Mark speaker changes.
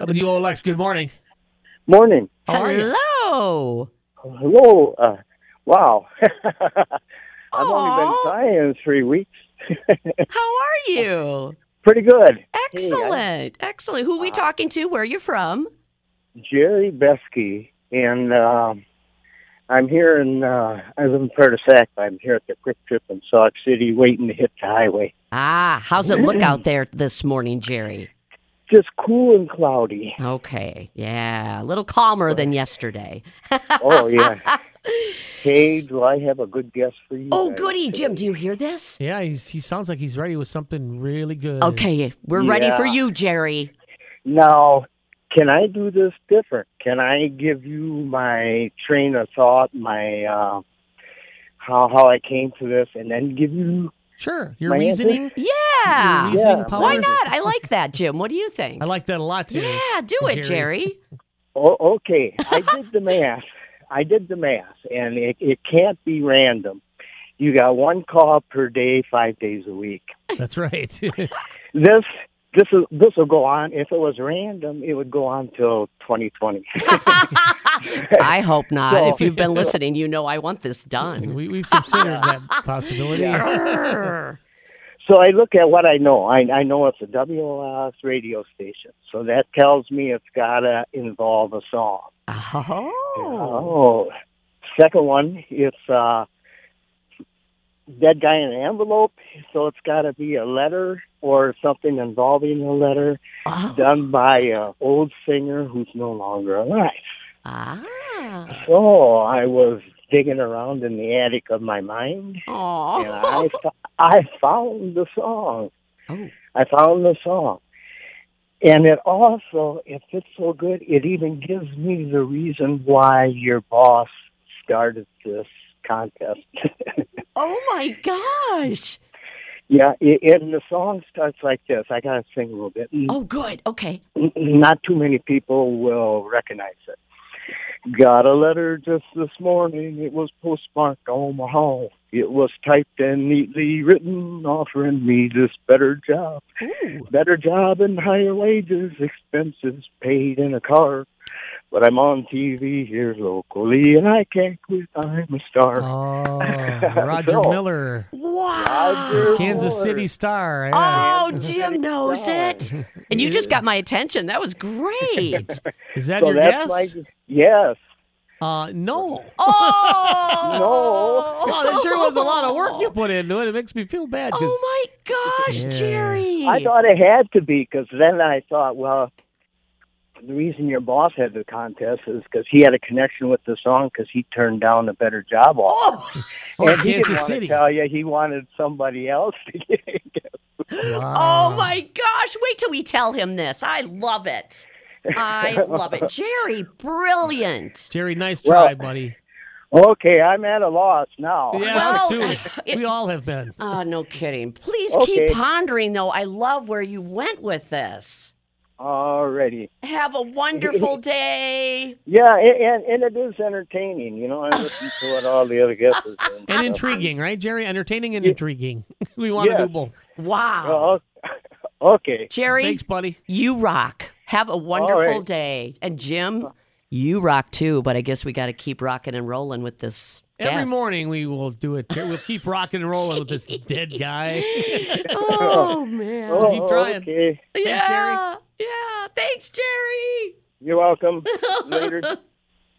Speaker 1: WOLX, good morning.
Speaker 2: Morning.
Speaker 1: How are you?
Speaker 3: Hello.
Speaker 2: Hello. Uh, wow. I've only been
Speaker 3: Aw.
Speaker 2: flying three weeks.
Speaker 3: How are you?
Speaker 2: Pretty good.
Speaker 3: Excellent. Excellent. Who we talking to? Where you from?
Speaker 2: Jerry Besky, and um I'm here in, uh, I live in Curtis Sack, but I'm here at the Quick Trip in Sauk City waiting to hit the highway.
Speaker 3: Ah, how's it look out there this morning, Jerry?
Speaker 2: Just cool and cloudy.
Speaker 3: Okay. Yeah. A little calmer than yesterday.
Speaker 2: Oh, yeah. Hey, do I have a good guess for you?
Speaker 3: Oh,
Speaker 2: guys
Speaker 3: goody,
Speaker 2: today?
Speaker 3: Jim. Do you hear this?
Speaker 1: Yeah, he's, he sounds like he's ready with something really good.
Speaker 3: Okay. We're ready for
Speaker 2: Yeah.
Speaker 3: you, Jerry.
Speaker 2: Now, can I do this different? Can I give you my train of thought, my uh, how how I came to this, and then give you
Speaker 1: Sure. Your
Speaker 2: My answer?
Speaker 1: reasoning. Your
Speaker 3: Yeah.
Speaker 1: reasoning
Speaker 2: Yeah.
Speaker 1: powers.
Speaker 3: Why not? I like that, Jim. What do you think?
Speaker 1: I like that a lot, too.
Speaker 3: Yeah, do it, Jerry.
Speaker 2: Oh, okay. I did the math. I did the math, and it, it can't be random. You got one call per day, five days a week.
Speaker 1: That's right.
Speaker 2: This this is this will go on. If it was random, it would go on till 2020.
Speaker 3: I hope not.
Speaker 2: Well-
Speaker 3: if you've been listening, you know I want this done.
Speaker 1: we, we've considered that possibility.
Speaker 3: Grr.
Speaker 2: so I look at what I know. I, I know it's a WLS radio station, so that tells me it's gotta involve a song.
Speaker 3: oh.
Speaker 2: Oh. Second one, it's uh, dead guy in an envelope, so it's got to be a letter or something involving a letter
Speaker 3: Oh.
Speaker 2: done by an old singer who's no longer alive.
Speaker 3: Ah.
Speaker 2: So I was digging around in the attic of my mind, and
Speaker 3: Oh.
Speaker 2: I, fo- I found the song.
Speaker 3: Oh.
Speaker 2: I found the song. And it also, if it's so good, it even gives me the reason why your boss started this contest.
Speaker 3: Oh my gosh.
Speaker 2: yeah, i and the song starts like this. I got to sing a little bit. N-
Speaker 3: Oh, good. Okay.
Speaker 2: n- Not too many people will recognize it. Got a letter just this morning. It was postmarked Omaha. It was typed and neatly written, offering me this better job.
Speaker 3: Ooh.
Speaker 2: better job and higher wages, expenses paid in a car. But I'm on TV here locally, and I can't quit. I'm a star.
Speaker 1: Oh, Roger
Speaker 2: So-
Speaker 1: Miller,
Speaker 3: Wow.
Speaker 1: Kansas City Star. yeah.
Speaker 3: Oh, Jim knows it. And you just got my attention. That was great.
Speaker 1: Oh, Is that
Speaker 2: so
Speaker 1: your
Speaker 2: that's
Speaker 1: guess?
Speaker 2: my yes.
Speaker 1: Uh, no.
Speaker 3: Oh.
Speaker 1: Oh, that sure was a lot of work you put into it. It makes me feel bad because
Speaker 3: Oh my gosh,
Speaker 1: Yeah.
Speaker 3: Jerry.
Speaker 2: I thought it had to be because then I thought, well, the reason your boss had the contest is because he had a connection with the song because he turned down a better job offer.
Speaker 3: Oh,
Speaker 1: oh,
Speaker 2: and he didn't
Speaker 1: Kansas
Speaker 2: wanna
Speaker 1: City.
Speaker 2: tell you he wanted somebody else to get it.
Speaker 1: Wow.
Speaker 3: oh my gosh. Wait till we tell him this. I love it. I love it. Jerry, brilliant.
Speaker 1: Jerry, nice
Speaker 2: Well-
Speaker 1: try, buddy.
Speaker 2: Okay, I'm at a loss now.
Speaker 1: Yeah, us
Speaker 3: Well,
Speaker 1: too.
Speaker 3: it-
Speaker 1: we all have been.
Speaker 3: Oh, no kidding. Please
Speaker 2: Okay.
Speaker 3: keep pondering, though. I love where you went with this.
Speaker 2: Alrighty.
Speaker 3: Have a wonderful day.
Speaker 2: Yeah, and, and and it is entertaining. You know, I listen to what all the other guests are doing.
Speaker 1: And intriguing, right, Jerry? Entertaining and intriguing. we want to
Speaker 2: Yes.
Speaker 1: do both.
Speaker 3: Wow.
Speaker 2: Well, okay.
Speaker 3: Jerry,
Speaker 1: Thanks, buddy.
Speaker 3: you rock. Have a wonderful
Speaker 2: right.
Speaker 3: day. And Jim, you rock too, but I guess we got to keep rocking and rolling with this.
Speaker 1: Every
Speaker 3: guest.
Speaker 1: morning we will do it. Jerry. We'll keep rocking and rolling with this dead guy.
Speaker 3: Oh, man.
Speaker 2: Oh,
Speaker 1: keep trying.
Speaker 2: Okay.
Speaker 1: Thanks, Jerry.
Speaker 3: Yeah. Yeah. Thanks, Jerry.
Speaker 2: You're welcome. Later.